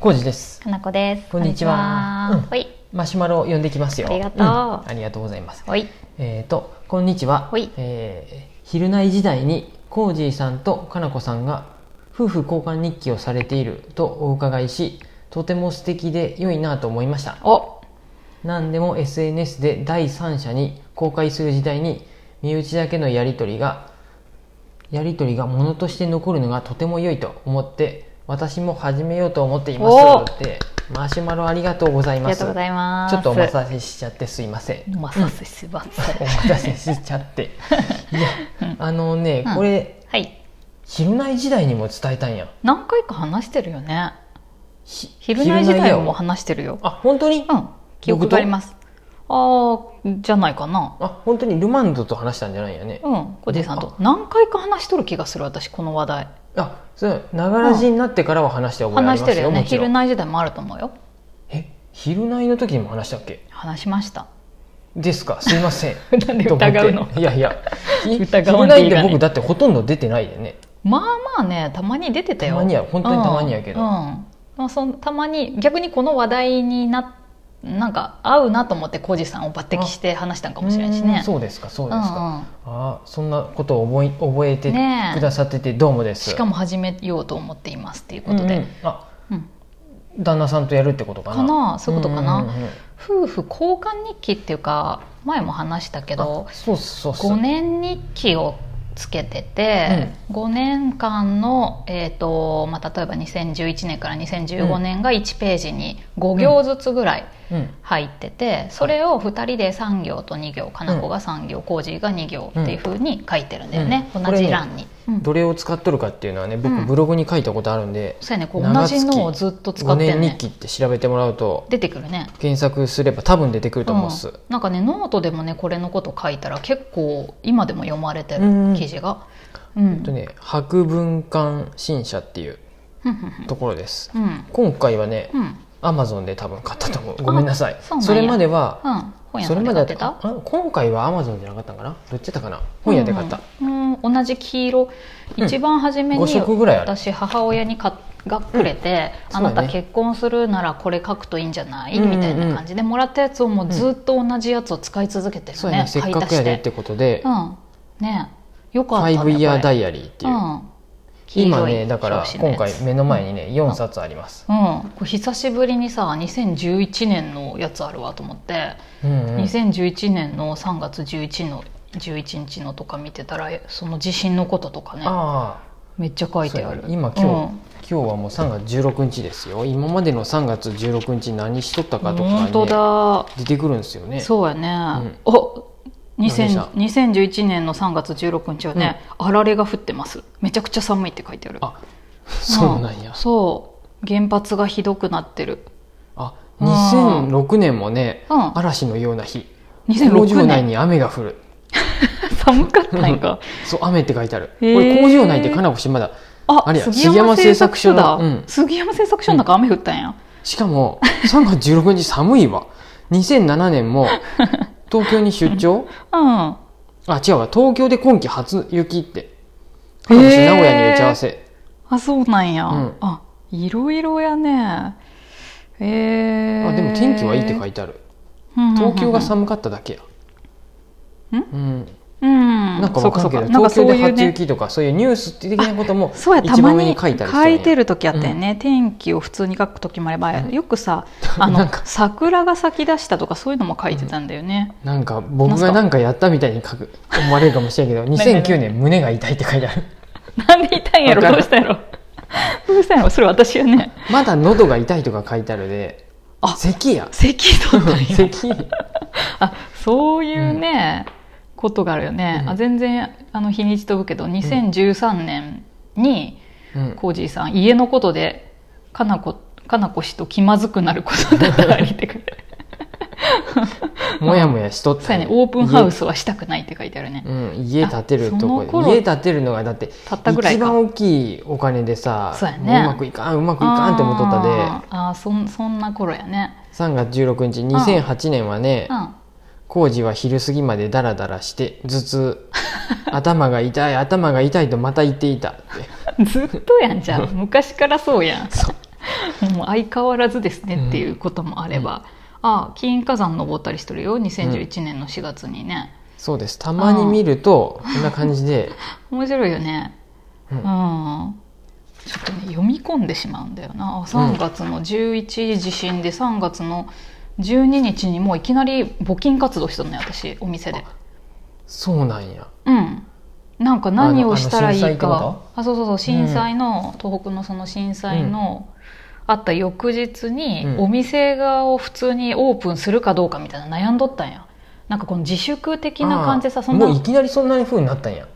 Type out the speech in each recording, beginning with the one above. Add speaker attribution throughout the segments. Speaker 1: コウジです。
Speaker 2: かなこです。
Speaker 1: こんにちは
Speaker 2: こんにちはほい。
Speaker 1: マシュマロを呼んできますよ。
Speaker 2: ありがとうん
Speaker 1: ありがとうございます。
Speaker 2: ほい。
Speaker 1: えっ、と、こんにちは。
Speaker 2: はい
Speaker 1: えー、昼内時代にコージーさんとかなこさんが夫婦交換日記をされているとお伺いし、とても素敵で良いなと思いました。
Speaker 2: お、
Speaker 1: 何でも SNS で第三者に公開する時代に身内だけのやり取りがやり取りがものとして残るのがとても良いと思って私も始めようと思っていま
Speaker 2: おー
Speaker 1: すってマシュマロありがとうござい
Speaker 2: あり
Speaker 1: ま
Speaker 2: が
Speaker 1: す
Speaker 2: とうございます。
Speaker 1: ちょっとお待たせしちゃってすいません
Speaker 2: お待たせしました。
Speaker 1: お待たせしちゃっていやあのね
Speaker 2: うん
Speaker 1: これ
Speaker 2: はい。
Speaker 1: 昼内時代にも伝えたんや
Speaker 2: 何回か話してるよね。
Speaker 1: ひ
Speaker 2: 昼内時代
Speaker 1: や
Speaker 2: も話してるよ。
Speaker 1: あ本当に
Speaker 2: うん。記憶があります。あー、じゃないかな。
Speaker 1: あ本当にルマンドと話したんじゃないよね
Speaker 2: うん、小じさんと何回か話しとる気がする私この話題
Speaker 1: あ、そう、ながらじになってからは話して覚えあ
Speaker 2: 話
Speaker 1: り
Speaker 2: し
Speaker 1: ま
Speaker 2: て
Speaker 1: す
Speaker 2: る
Speaker 1: よ、
Speaker 2: よね
Speaker 1: もちろ
Speaker 2: 昼
Speaker 1: ん。
Speaker 2: 内時代もあると思うよ
Speaker 1: え、昼内の時にも話したっけ
Speaker 2: 話しました。
Speaker 1: ですか、すいません
Speaker 2: なんで
Speaker 1: と思って
Speaker 2: 疑うの
Speaker 1: いやい や、ひ
Speaker 2: 疑
Speaker 1: 昼
Speaker 2: わんでい
Speaker 1: 内
Speaker 2: い
Speaker 1: っ
Speaker 2: が
Speaker 1: て
Speaker 2: ね
Speaker 1: 僕だってほとんど出てないでね。
Speaker 2: まあまあねたまに出てたよ
Speaker 1: たまには本当にたまにやけど
Speaker 2: うんうんまあ、そのたまに逆にこの話題にななんか合うなと思って浩二さんを抜擢して話したんかもしれんし
Speaker 1: うー
Speaker 2: ね
Speaker 1: んそうですか、そうですか。
Speaker 2: うんうん
Speaker 1: あ、そんなことを覚え覚えて
Speaker 2: ねえ
Speaker 1: くださっててどうもです。
Speaker 2: しかも始めようと思っていますっていうことで、
Speaker 1: うんうんあ、
Speaker 2: うん
Speaker 1: 旦那さんとやるってことかな。
Speaker 2: かなそういうことかな、
Speaker 1: んんうん
Speaker 2: 夫婦交換日記っていうか前も話したけど
Speaker 1: あそうそうそう。
Speaker 2: 5年日記をつけてて、5年間の、えーとまあ、例えば2011年から2015年が1ページに5行ずつぐらい
Speaker 1: うん。
Speaker 2: 入ってて、それを2人で3行と2行かなこが3行コージーが2行っていうふうに書いてるんだよね、
Speaker 1: うん
Speaker 2: 同じ欄に、うん
Speaker 1: どれを使っとるかっていうのはね、
Speaker 2: う
Speaker 1: 僕
Speaker 2: ん
Speaker 1: ブログに書いたことあるんで、
Speaker 2: そうやねこう同
Speaker 1: 長
Speaker 2: じ
Speaker 1: 月
Speaker 2: のをずっと使
Speaker 1: 5
Speaker 2: って
Speaker 1: 年
Speaker 2: ん
Speaker 1: 日
Speaker 2: ね
Speaker 1: 記って調べてもらうと
Speaker 2: 出てくるね
Speaker 1: 検索すれば多分出てくると思うっす、
Speaker 2: うんなんかねノートでもねこれのこと書いたら結構今でも読まれて
Speaker 1: うん
Speaker 2: る記事が、うん
Speaker 1: えっとね博文館新社っていう
Speaker 2: ふんふんふん
Speaker 1: ところです、
Speaker 2: うん
Speaker 1: 今回はね
Speaker 2: うん
Speaker 1: アマゾンで多分買ったと思うごめんなさい
Speaker 2: あそう
Speaker 1: そ
Speaker 2: なんや
Speaker 1: れまでは、
Speaker 2: うん、本屋
Speaker 1: そ
Speaker 2: さ
Speaker 1: れ
Speaker 2: んで
Speaker 1: まで
Speaker 2: 買
Speaker 1: は
Speaker 2: ってた
Speaker 1: あ今回はアマゾンじゃなかったんかなどっちだったかな本屋で買った、、
Speaker 2: うんうん同じ黄色
Speaker 1: うん
Speaker 2: 一番初めに
Speaker 1: 5色ぐらいある
Speaker 2: 私母親に買っがくれて、
Speaker 1: うん
Speaker 2: あな
Speaker 1: そうだ
Speaker 2: た
Speaker 1: ね
Speaker 2: 結婚するならこれ書くといいんじゃない、
Speaker 1: うんうんうん
Speaker 2: みたいな感じでもらったやつをもうずっと同じやつを使い続けてる
Speaker 1: そう
Speaker 2: ね,、
Speaker 1: やねせっかくやでってことで、
Speaker 2: うんねよかったね
Speaker 1: 5イヤーダ
Speaker 2: イっ
Speaker 1: イアリーっていう、
Speaker 2: ん、黄色い
Speaker 1: 今ねだから
Speaker 2: 表紙
Speaker 1: 今
Speaker 2: のや
Speaker 1: 回
Speaker 2: つ
Speaker 1: 目の前にね4冊あります、
Speaker 2: うん、これ久しぶりにさ2011年のやつあるわと思って、
Speaker 1: うんうん
Speaker 2: 2011年の3月11の11日のとか見てたらその地震のこととかね
Speaker 1: ああ
Speaker 2: めっちゃ書いてあ
Speaker 1: そう
Speaker 2: る
Speaker 1: やね今今日、今日はもう3月16日ですよ今までの3月16日何しとった
Speaker 2: う
Speaker 1: か
Speaker 2: ん、
Speaker 1: とか、ね、
Speaker 2: 本当だ、
Speaker 1: 出てくるんですよね
Speaker 2: そうやね、お2000
Speaker 1: 何
Speaker 2: 2011年の3月16日はね、あられが降ってますめちゃくちゃ寒いって書いてある
Speaker 1: あそうなんや、
Speaker 2: そう原発がひどくなってる
Speaker 1: あ
Speaker 2: うん
Speaker 1: 2006年もね、
Speaker 2: うん
Speaker 1: 嵐のような日
Speaker 2: 2006
Speaker 1: 工場内
Speaker 2: 年
Speaker 1: に雨が降る
Speaker 2: 寒かったんか
Speaker 1: そう雨って書いてあるこ
Speaker 2: へー
Speaker 1: れ工場内ってかなこしまだ
Speaker 2: あ
Speaker 1: あれや
Speaker 2: 杉山製作所だ、
Speaker 1: 杉山製作所のうん
Speaker 2: 杉山製作所の中雨降ったんや、
Speaker 1: しか も3月16日寒いわ2007年 も東京に出張
Speaker 2: うん
Speaker 1: あ違うわ東京で今季初雪ってかなこし
Speaker 2: へー
Speaker 1: 名古屋に打ち合わせ
Speaker 2: あそうなんや、
Speaker 1: うん
Speaker 2: あいろいろやねえー、
Speaker 1: あでも天気はいいって書
Speaker 2: て
Speaker 1: いてある
Speaker 2: 東
Speaker 1: 東京が寒かっただけや
Speaker 2: ん
Speaker 1: うん
Speaker 2: うん
Speaker 1: なんかわかるけど、
Speaker 2: そうか
Speaker 1: 東京
Speaker 2: そうか
Speaker 1: で
Speaker 2: なんかそういう
Speaker 1: 初
Speaker 2: ね
Speaker 1: 雪とかそういうニュース的なことも
Speaker 2: そうやた
Speaker 1: 一
Speaker 2: ま
Speaker 1: 番上に
Speaker 2: に
Speaker 1: 書
Speaker 2: 書
Speaker 1: いたりしたんや
Speaker 2: いてる時あったよね、天気を普通に書く時もあれば、よ くさ
Speaker 1: な
Speaker 2: あ
Speaker 1: ん
Speaker 2: の
Speaker 1: か
Speaker 2: 桜が咲き出したとかそういうのも書いてたんだよね、
Speaker 1: なんか僕がなんかやったみたいに書く思われるかもしれんけど
Speaker 2: なんか
Speaker 1: 2009年胸が痛いって書いてあ る
Speaker 2: なんで痛いんやろ
Speaker 1: わか
Speaker 2: ど
Speaker 1: る
Speaker 2: うしたんやろ どうしたんやろそれ私 やね
Speaker 1: まだ喉が痛いとか書いてある で
Speaker 2: あ
Speaker 1: 咳や
Speaker 2: 咳とったんや
Speaker 1: 咳
Speaker 2: あそういうね、ことがあるよね、
Speaker 1: うん
Speaker 2: あ全然あの日にち飛ぶけど2013年に
Speaker 1: うん
Speaker 2: コージーさん家のことでかなこかなこ氏と気まずくなることだったりって書いてある
Speaker 1: もやもやしとっ
Speaker 2: そう
Speaker 1: た
Speaker 2: や
Speaker 1: ん
Speaker 2: ね
Speaker 1: や
Speaker 2: オープンハウスはしたくないって書いてあるね
Speaker 1: 家うん家建てると
Speaker 2: あそ
Speaker 1: こ
Speaker 2: の頃
Speaker 1: 家建てるのがだって
Speaker 2: たったぐらい
Speaker 1: 一
Speaker 2: か
Speaker 1: 番大きいお金でさ
Speaker 2: そうやね
Speaker 1: もううまくいかんうまくいかんって思っとったで
Speaker 2: あーあーそんそんな頃やね
Speaker 1: 3月16日2008年はね、
Speaker 2: うん
Speaker 1: 工事は昼過ぎまでダラダラして頭痛頭が痛い頭が痛いとまた言っていたって
Speaker 2: ずっとやんじゃん昔からそうやんもう相変わらずですねっていうこともあれば、ああ金火山登ったりしてるよ2011年の4月にね、
Speaker 1: そうですたまに見るとこんな感じで、
Speaker 2: 面白いよね
Speaker 1: う
Speaker 2: うんん、ちょっとね読み込んでしまうんだよなあ3月の11地震で3月の12日にもういきなり募金活動したのね私お店で
Speaker 1: そうなんや
Speaker 2: うんなんか何をしたらい
Speaker 1: あのあの震災っ
Speaker 2: い
Speaker 1: てこ
Speaker 2: かあそうそうそう震災の、東北のその震災の、あった翌日に、
Speaker 1: うん
Speaker 2: お店側を普通にオープンするかどうかみたいな悩んどったんやなんかこの自粛的な感じで
Speaker 1: あ
Speaker 2: さ
Speaker 1: ー
Speaker 2: そんな
Speaker 1: もういきなりそんな風になったんや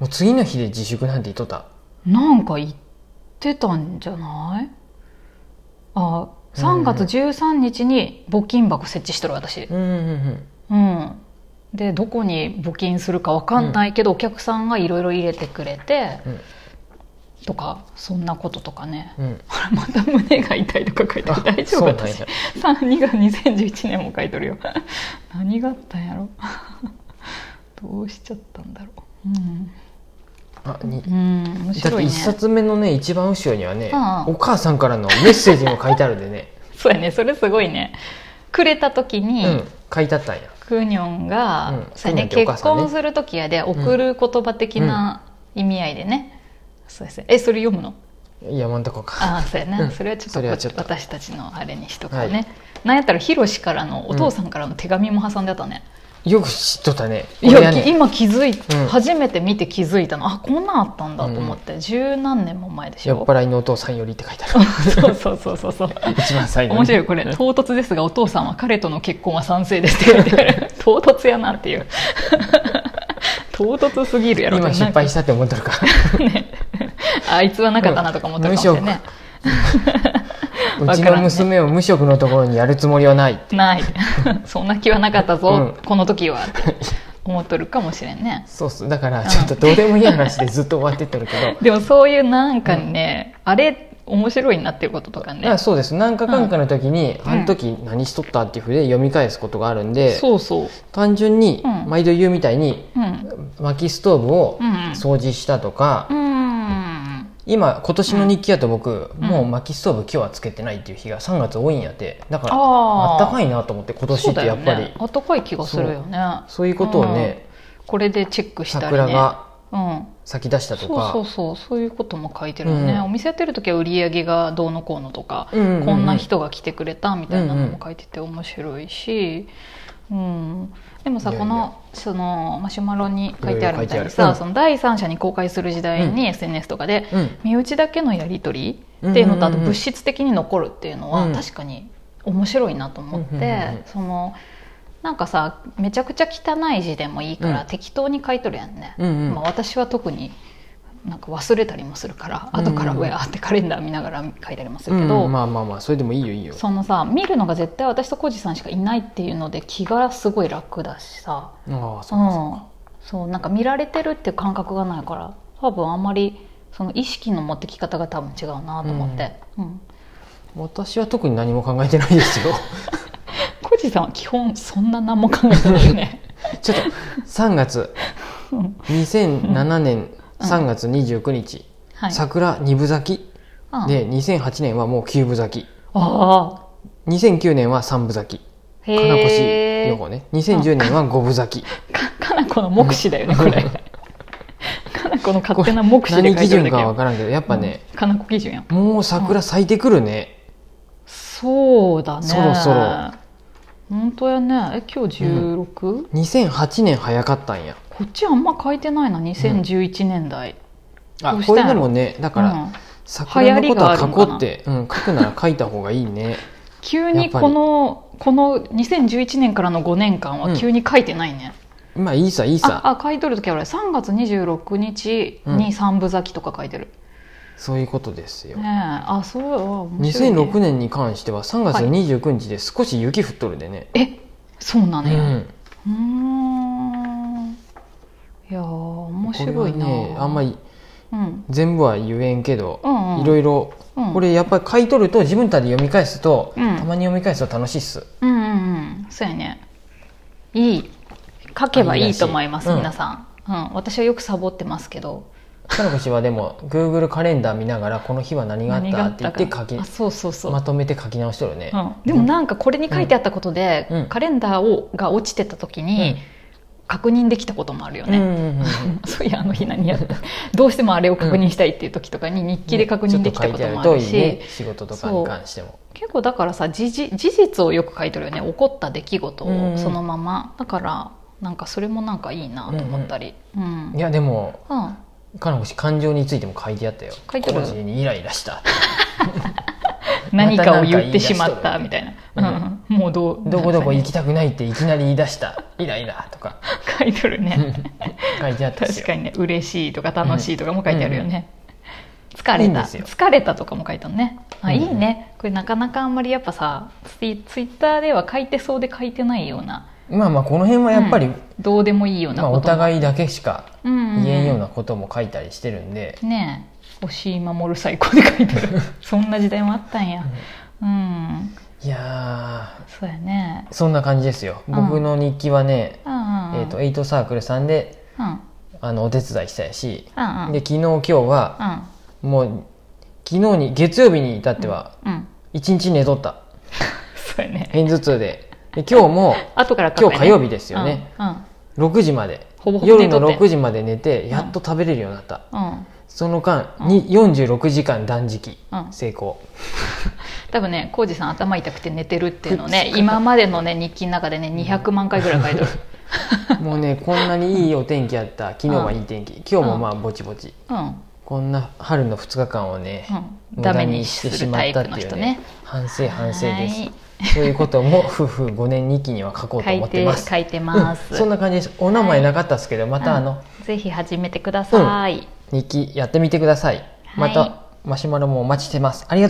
Speaker 1: もう次の日で自粛なんて言っとった
Speaker 2: なんか言ってたんじゃないあ3月13日に募金箱設置してる私
Speaker 1: うんうんうん
Speaker 2: うんでどこに募金するかわかんないけど、お客さんがいろいろ入れてくれて、
Speaker 1: うん
Speaker 2: とかそんなこととかね
Speaker 1: うんうん
Speaker 2: ほらまた胸が痛いとか書いて
Speaker 1: あ
Speaker 2: る 大丈夫
Speaker 1: そうなん
Speaker 2: 私
Speaker 1: や
Speaker 2: 2が2011年も書いてるよ 何があったんやろ どうしちゃったんだろううん、
Speaker 1: あに
Speaker 2: うん、面
Speaker 1: だっ
Speaker 2: 白
Speaker 1: て
Speaker 2: い
Speaker 1: 一
Speaker 2: ね
Speaker 1: 冊目のね一番後ろにはね、
Speaker 2: うんうん
Speaker 1: お母さんからのメッセージも書いてあるで ね、
Speaker 2: そうやねそれすごいねくれた時
Speaker 1: う
Speaker 2: に、
Speaker 1: ん、書いてあったんや
Speaker 2: クニョンが、
Speaker 1: うん
Speaker 2: そうやね
Speaker 1: クニョンってお母
Speaker 2: 結
Speaker 1: さんね
Speaker 2: 婚する時やで送る言葉的な意味合いでね、そうですねえそれ読 むの
Speaker 1: 山んとこか
Speaker 2: ああそうやな、
Speaker 1: うん
Speaker 2: それはちょっ
Speaker 1: そ
Speaker 2: と
Speaker 1: れ
Speaker 2: こ
Speaker 1: はちょっと
Speaker 2: 私たちのあれにしとかね、
Speaker 1: はい
Speaker 2: なんやったらヒロシからのお父さんからの手紙も挟んであったね、
Speaker 1: よく知っとっ たね
Speaker 2: い
Speaker 1: 俺
Speaker 2: や、
Speaker 1: はね
Speaker 2: き今気づい、
Speaker 1: うん
Speaker 2: 初めて見て気づいたのあこんなんあったんだと思って、十何年も前でし
Speaker 1: 酔っ
Speaker 2: ょ
Speaker 1: 払いのお父さんよりって書いてある
Speaker 2: そうそうそうそ うそう
Speaker 1: 一番最後に
Speaker 2: 面白いこれ唐突ですがお父さんは彼との結婚は賛成ですって書いてある 唐突やなっていう唐突すぎるやろ
Speaker 1: 今失
Speaker 2: なんか
Speaker 1: 敗したって思っとるか
Speaker 2: ねあいつはなかったなとか思ってるかもしれないね
Speaker 1: う
Speaker 2: わ
Speaker 1: ち
Speaker 2: から
Speaker 1: の
Speaker 2: んね
Speaker 1: 娘を無職のところにやるつもりはない
Speaker 2: ない そんな気はなかったぞ、
Speaker 1: うん
Speaker 2: この時はって思っとるかもしれんね
Speaker 1: そうっすだからちょっとどうでもいい話でずっと終わってっとるけど
Speaker 2: でもそういうなんかね、あれ面白いなっていうこととかね
Speaker 1: あそうです何かかんかの時に、
Speaker 2: ん
Speaker 1: あの時何しとったっていうふうで読み返すことがあるんで、
Speaker 2: そうそう
Speaker 1: 単純に
Speaker 2: うん
Speaker 1: 毎度言うみたいに
Speaker 2: うん
Speaker 1: 薪ストーブを
Speaker 2: うん
Speaker 1: 掃除したとか、
Speaker 2: うん
Speaker 1: 今今年の日記やと僕、
Speaker 2: ん
Speaker 1: もう薪ストーブ今日はつけてないっていう日が3月多いんやってだからあ
Speaker 2: あ
Speaker 1: っ
Speaker 2: ー
Speaker 1: たかいなと思って今年ってやっぱりそう,、
Speaker 2: あったかい気がするよね
Speaker 1: いうことをね、
Speaker 2: うんこれでチェックしたりね
Speaker 1: 桜が
Speaker 2: うん、
Speaker 1: 咲き出したと
Speaker 2: そう
Speaker 1: か
Speaker 2: そうそうそういうことも書いてるよね、
Speaker 1: うん
Speaker 2: お店やってる時は売り上げがどうのこうのとか、
Speaker 1: うんうんうん
Speaker 2: こんな人が来てくれたみたいなのも書いてて面白いし、うんでもさ
Speaker 1: いやい
Speaker 2: こ
Speaker 1: や
Speaker 2: のそのマシュマロに書いてある
Speaker 1: いろいろ書
Speaker 2: みたいに
Speaker 1: いてあるう
Speaker 2: さ
Speaker 1: ん
Speaker 2: その第三者に公開する時代
Speaker 1: うん
Speaker 2: に SNS とかで、
Speaker 1: うん
Speaker 2: 身内だけのやり取りっていうのと
Speaker 1: う
Speaker 2: あ
Speaker 1: んうんうんうん
Speaker 2: と物質的に残るっていうの
Speaker 1: う
Speaker 2: は
Speaker 1: ん
Speaker 2: 確かに面白いなと思って、
Speaker 1: うんうんうんうん
Speaker 2: そのなんかさめちゃくちゃ汚い字でもいいから、
Speaker 1: うん
Speaker 2: 適当に書いとるやんね、
Speaker 1: うんうん
Speaker 2: まあ、私は特になんか忘れたりもするから
Speaker 1: うんうん
Speaker 2: 後からうわーってカレンダー見ながら書いたりもするけ
Speaker 1: うん
Speaker 2: ど、
Speaker 1: うんまあまあまあそれでもいいよいいよ
Speaker 2: そのさ見るのが絶対私と浩二さんしかいないっていうので気がすごい楽だしさ、
Speaker 1: ああそううか
Speaker 2: ん、そうなんか見られてるっていう感覚がないから多分あんまりその意識の持ってき方が多分違うなと思って、うん
Speaker 1: 私は特に何も考えてないですよ
Speaker 2: 浩二さんは基本そんな何も考えてないよね
Speaker 1: ちょっと3月
Speaker 2: うん
Speaker 1: 2007年
Speaker 2: うん
Speaker 1: 3月29日、
Speaker 2: はい、
Speaker 1: 桜2分咲き
Speaker 2: うん
Speaker 1: で2008年はもう9分咲き
Speaker 2: ああ
Speaker 1: 2009年は3分咲き
Speaker 2: へ
Speaker 1: 金
Speaker 2: え
Speaker 1: 越予報ね2010年は5分咲き
Speaker 2: かかなこの目視だよねこれ かなこの勝手な目視で
Speaker 1: 何
Speaker 2: 書
Speaker 1: 基
Speaker 2: いてる
Speaker 1: 準
Speaker 2: だけ
Speaker 1: かは
Speaker 2: よ
Speaker 1: 分からんけどやっぱね、
Speaker 2: うんかなこ基準やん
Speaker 1: もう桜咲いてくるね、
Speaker 2: そうだね
Speaker 1: そろそろ
Speaker 2: 本当やねえ今日 16?、
Speaker 1: 2008年早かったんや
Speaker 2: こっちあんま書いてないな2011年代、
Speaker 1: あ
Speaker 2: どうし
Speaker 1: こ
Speaker 2: たん
Speaker 1: れ
Speaker 2: や
Speaker 1: でもねだから、
Speaker 2: うん
Speaker 1: 桜のことは
Speaker 2: 流
Speaker 1: 書
Speaker 2: 行りがあるのかな
Speaker 1: こうって、うん、書くなら書いた方がいいね
Speaker 2: 急
Speaker 1: やっ
Speaker 2: に
Speaker 1: ぱり
Speaker 2: このこの2011年からの5年間
Speaker 1: う
Speaker 2: は
Speaker 1: ん
Speaker 2: 急に書いてないね、
Speaker 1: まあいいさいいさ
Speaker 2: ああ書いとる時は俺3月26日
Speaker 1: うん
Speaker 2: に三部咲きとか書いてる、
Speaker 1: そういうことですよ、
Speaker 2: ねえあそうあ面白いね
Speaker 1: 2006年に関しては3月
Speaker 2: はい
Speaker 1: 29日で少し雪降っとるでね、
Speaker 2: えそうなのよ、
Speaker 1: うん
Speaker 2: うーんいやー面白いな、
Speaker 1: これはねあんまり
Speaker 2: うん、
Speaker 1: 全部は言えんけど
Speaker 2: う、んうん
Speaker 1: いろいろ
Speaker 2: うん
Speaker 1: これやっぱり買い取ると自分たちで読み返すと、
Speaker 2: うん
Speaker 1: たまに読み返すと楽しいっす
Speaker 2: うんうんうんそうやねいい書けばいいと思います
Speaker 1: いいらしい
Speaker 2: 皆さん、うん私はよくサボってますけど
Speaker 1: 彼の星はでも Google カレンダー見ながらこの日は何があっ
Speaker 2: 何が
Speaker 1: た
Speaker 2: あ
Speaker 1: っ
Speaker 2: った
Speaker 1: て
Speaker 2: か
Speaker 1: 言って書
Speaker 2: あそうそう
Speaker 1: き
Speaker 2: そう、
Speaker 1: まとめて書き直しとるね、
Speaker 2: うん、でもなんかこれに書いてあったことで、
Speaker 1: うん
Speaker 2: カレンダーをが落ちてた時に確認できたこともあるよ
Speaker 1: うんうん
Speaker 2: ね、
Speaker 1: うんうん
Speaker 2: そういやあの日何やったどうしてもあれを確認したいっていう時とかに日記で確認できたこともある
Speaker 1: ちょっ
Speaker 2: し、
Speaker 1: と書いてある通りね仕事とかに関しても
Speaker 2: 結構だからさ事実事実をよく書いてるよね起こった出来事
Speaker 1: うんう
Speaker 2: を
Speaker 1: ん
Speaker 2: そのまま、だからなんかそれもなんかいいなと思ったりうん、うん
Speaker 1: いやでも彼の星感情についても書いてあったよ
Speaker 2: 書いてある
Speaker 1: コージーにイライラした
Speaker 2: 何かを言ってしま
Speaker 1: ま
Speaker 2: ったた
Speaker 1: なん
Speaker 2: み
Speaker 1: か
Speaker 2: た
Speaker 1: 言
Speaker 2: い
Speaker 1: い
Speaker 2: な、
Speaker 1: 出しとるよ
Speaker 2: うんもうどう
Speaker 1: どこどこ行
Speaker 2: き
Speaker 1: きたくないっていきなり言い出したイライラとか
Speaker 2: 書いてる ね
Speaker 1: 書いてあったっす
Speaker 2: 確
Speaker 1: よ
Speaker 2: かにね嬉しいとか楽しいとかも書いてあるよね、疲
Speaker 1: いい
Speaker 2: れ
Speaker 1: ん
Speaker 2: た
Speaker 1: ですよ
Speaker 2: 疲れたとかも書いたのねあ
Speaker 1: うん
Speaker 2: いいねこれなかなかあんまりやっぱさツイツイッターでは書いてそうで書いてないような
Speaker 1: まあまあこの辺はやっぱり、
Speaker 2: うんどうでもいいような
Speaker 1: まあ、
Speaker 2: ことも
Speaker 1: お互いだけしか
Speaker 2: 言
Speaker 1: 言えんようなことも書いたりしてるんで、
Speaker 2: ねえ押井守最高で書いてあ るそんな時代もあったんやうん
Speaker 1: いや
Speaker 2: そうやね
Speaker 1: ーそんな感じですよ僕の日記はね、
Speaker 2: うんうんうん
Speaker 1: えー、とエイトサークルさんで
Speaker 2: うんうん
Speaker 1: あのお手伝いしたやし
Speaker 2: うんうん
Speaker 1: で昨日今日はもう昨日に月曜日に至っては
Speaker 2: うんうん
Speaker 1: 一日寝とった
Speaker 2: そうやね
Speaker 1: 片頭痛でで今日も
Speaker 2: 後から書
Speaker 1: 今
Speaker 2: くや
Speaker 1: 日
Speaker 2: ね
Speaker 1: 火曜日ですよね、
Speaker 2: うんうん
Speaker 1: 6時まで
Speaker 2: ほぼほぼ
Speaker 1: 夜
Speaker 2: 寝と
Speaker 1: の
Speaker 2: って
Speaker 1: 6時まで寝てやっと食べれるようになった、
Speaker 2: うん
Speaker 1: その間に46時間断食
Speaker 2: うん
Speaker 1: 成功、
Speaker 2: 多分ね浩二さん頭痛くて寝てるっていうのをね今までのね日記の中でね200万回ぐらい書 いてある
Speaker 1: もうねこんなにいいお天気やった昨日はいい天気今日もまあぼちぼち
Speaker 2: うん
Speaker 1: こんな春の2日間をね、
Speaker 2: うん
Speaker 1: 無
Speaker 2: ダ
Speaker 1: 駄
Speaker 2: メ
Speaker 1: に
Speaker 2: に
Speaker 1: して
Speaker 2: す
Speaker 1: し
Speaker 2: る
Speaker 1: ま
Speaker 2: タ
Speaker 1: っ
Speaker 2: イ
Speaker 1: たっ
Speaker 2: プ
Speaker 1: て
Speaker 2: の
Speaker 1: いう
Speaker 2: 人
Speaker 1: ね
Speaker 2: ね
Speaker 1: 反省反省で
Speaker 2: はい
Speaker 1: すそういうことも夫婦5年日記には書こうと
Speaker 2: 書
Speaker 1: 思
Speaker 2: い
Speaker 1: って
Speaker 2: て
Speaker 1: ます
Speaker 2: 書いてます、
Speaker 1: うんそんな感じですお名前なかったですけど、またあの
Speaker 2: うんぜひ始めてください、
Speaker 1: 日記やってみてくださいまたマシュマロもお待ちしてますありがとうございます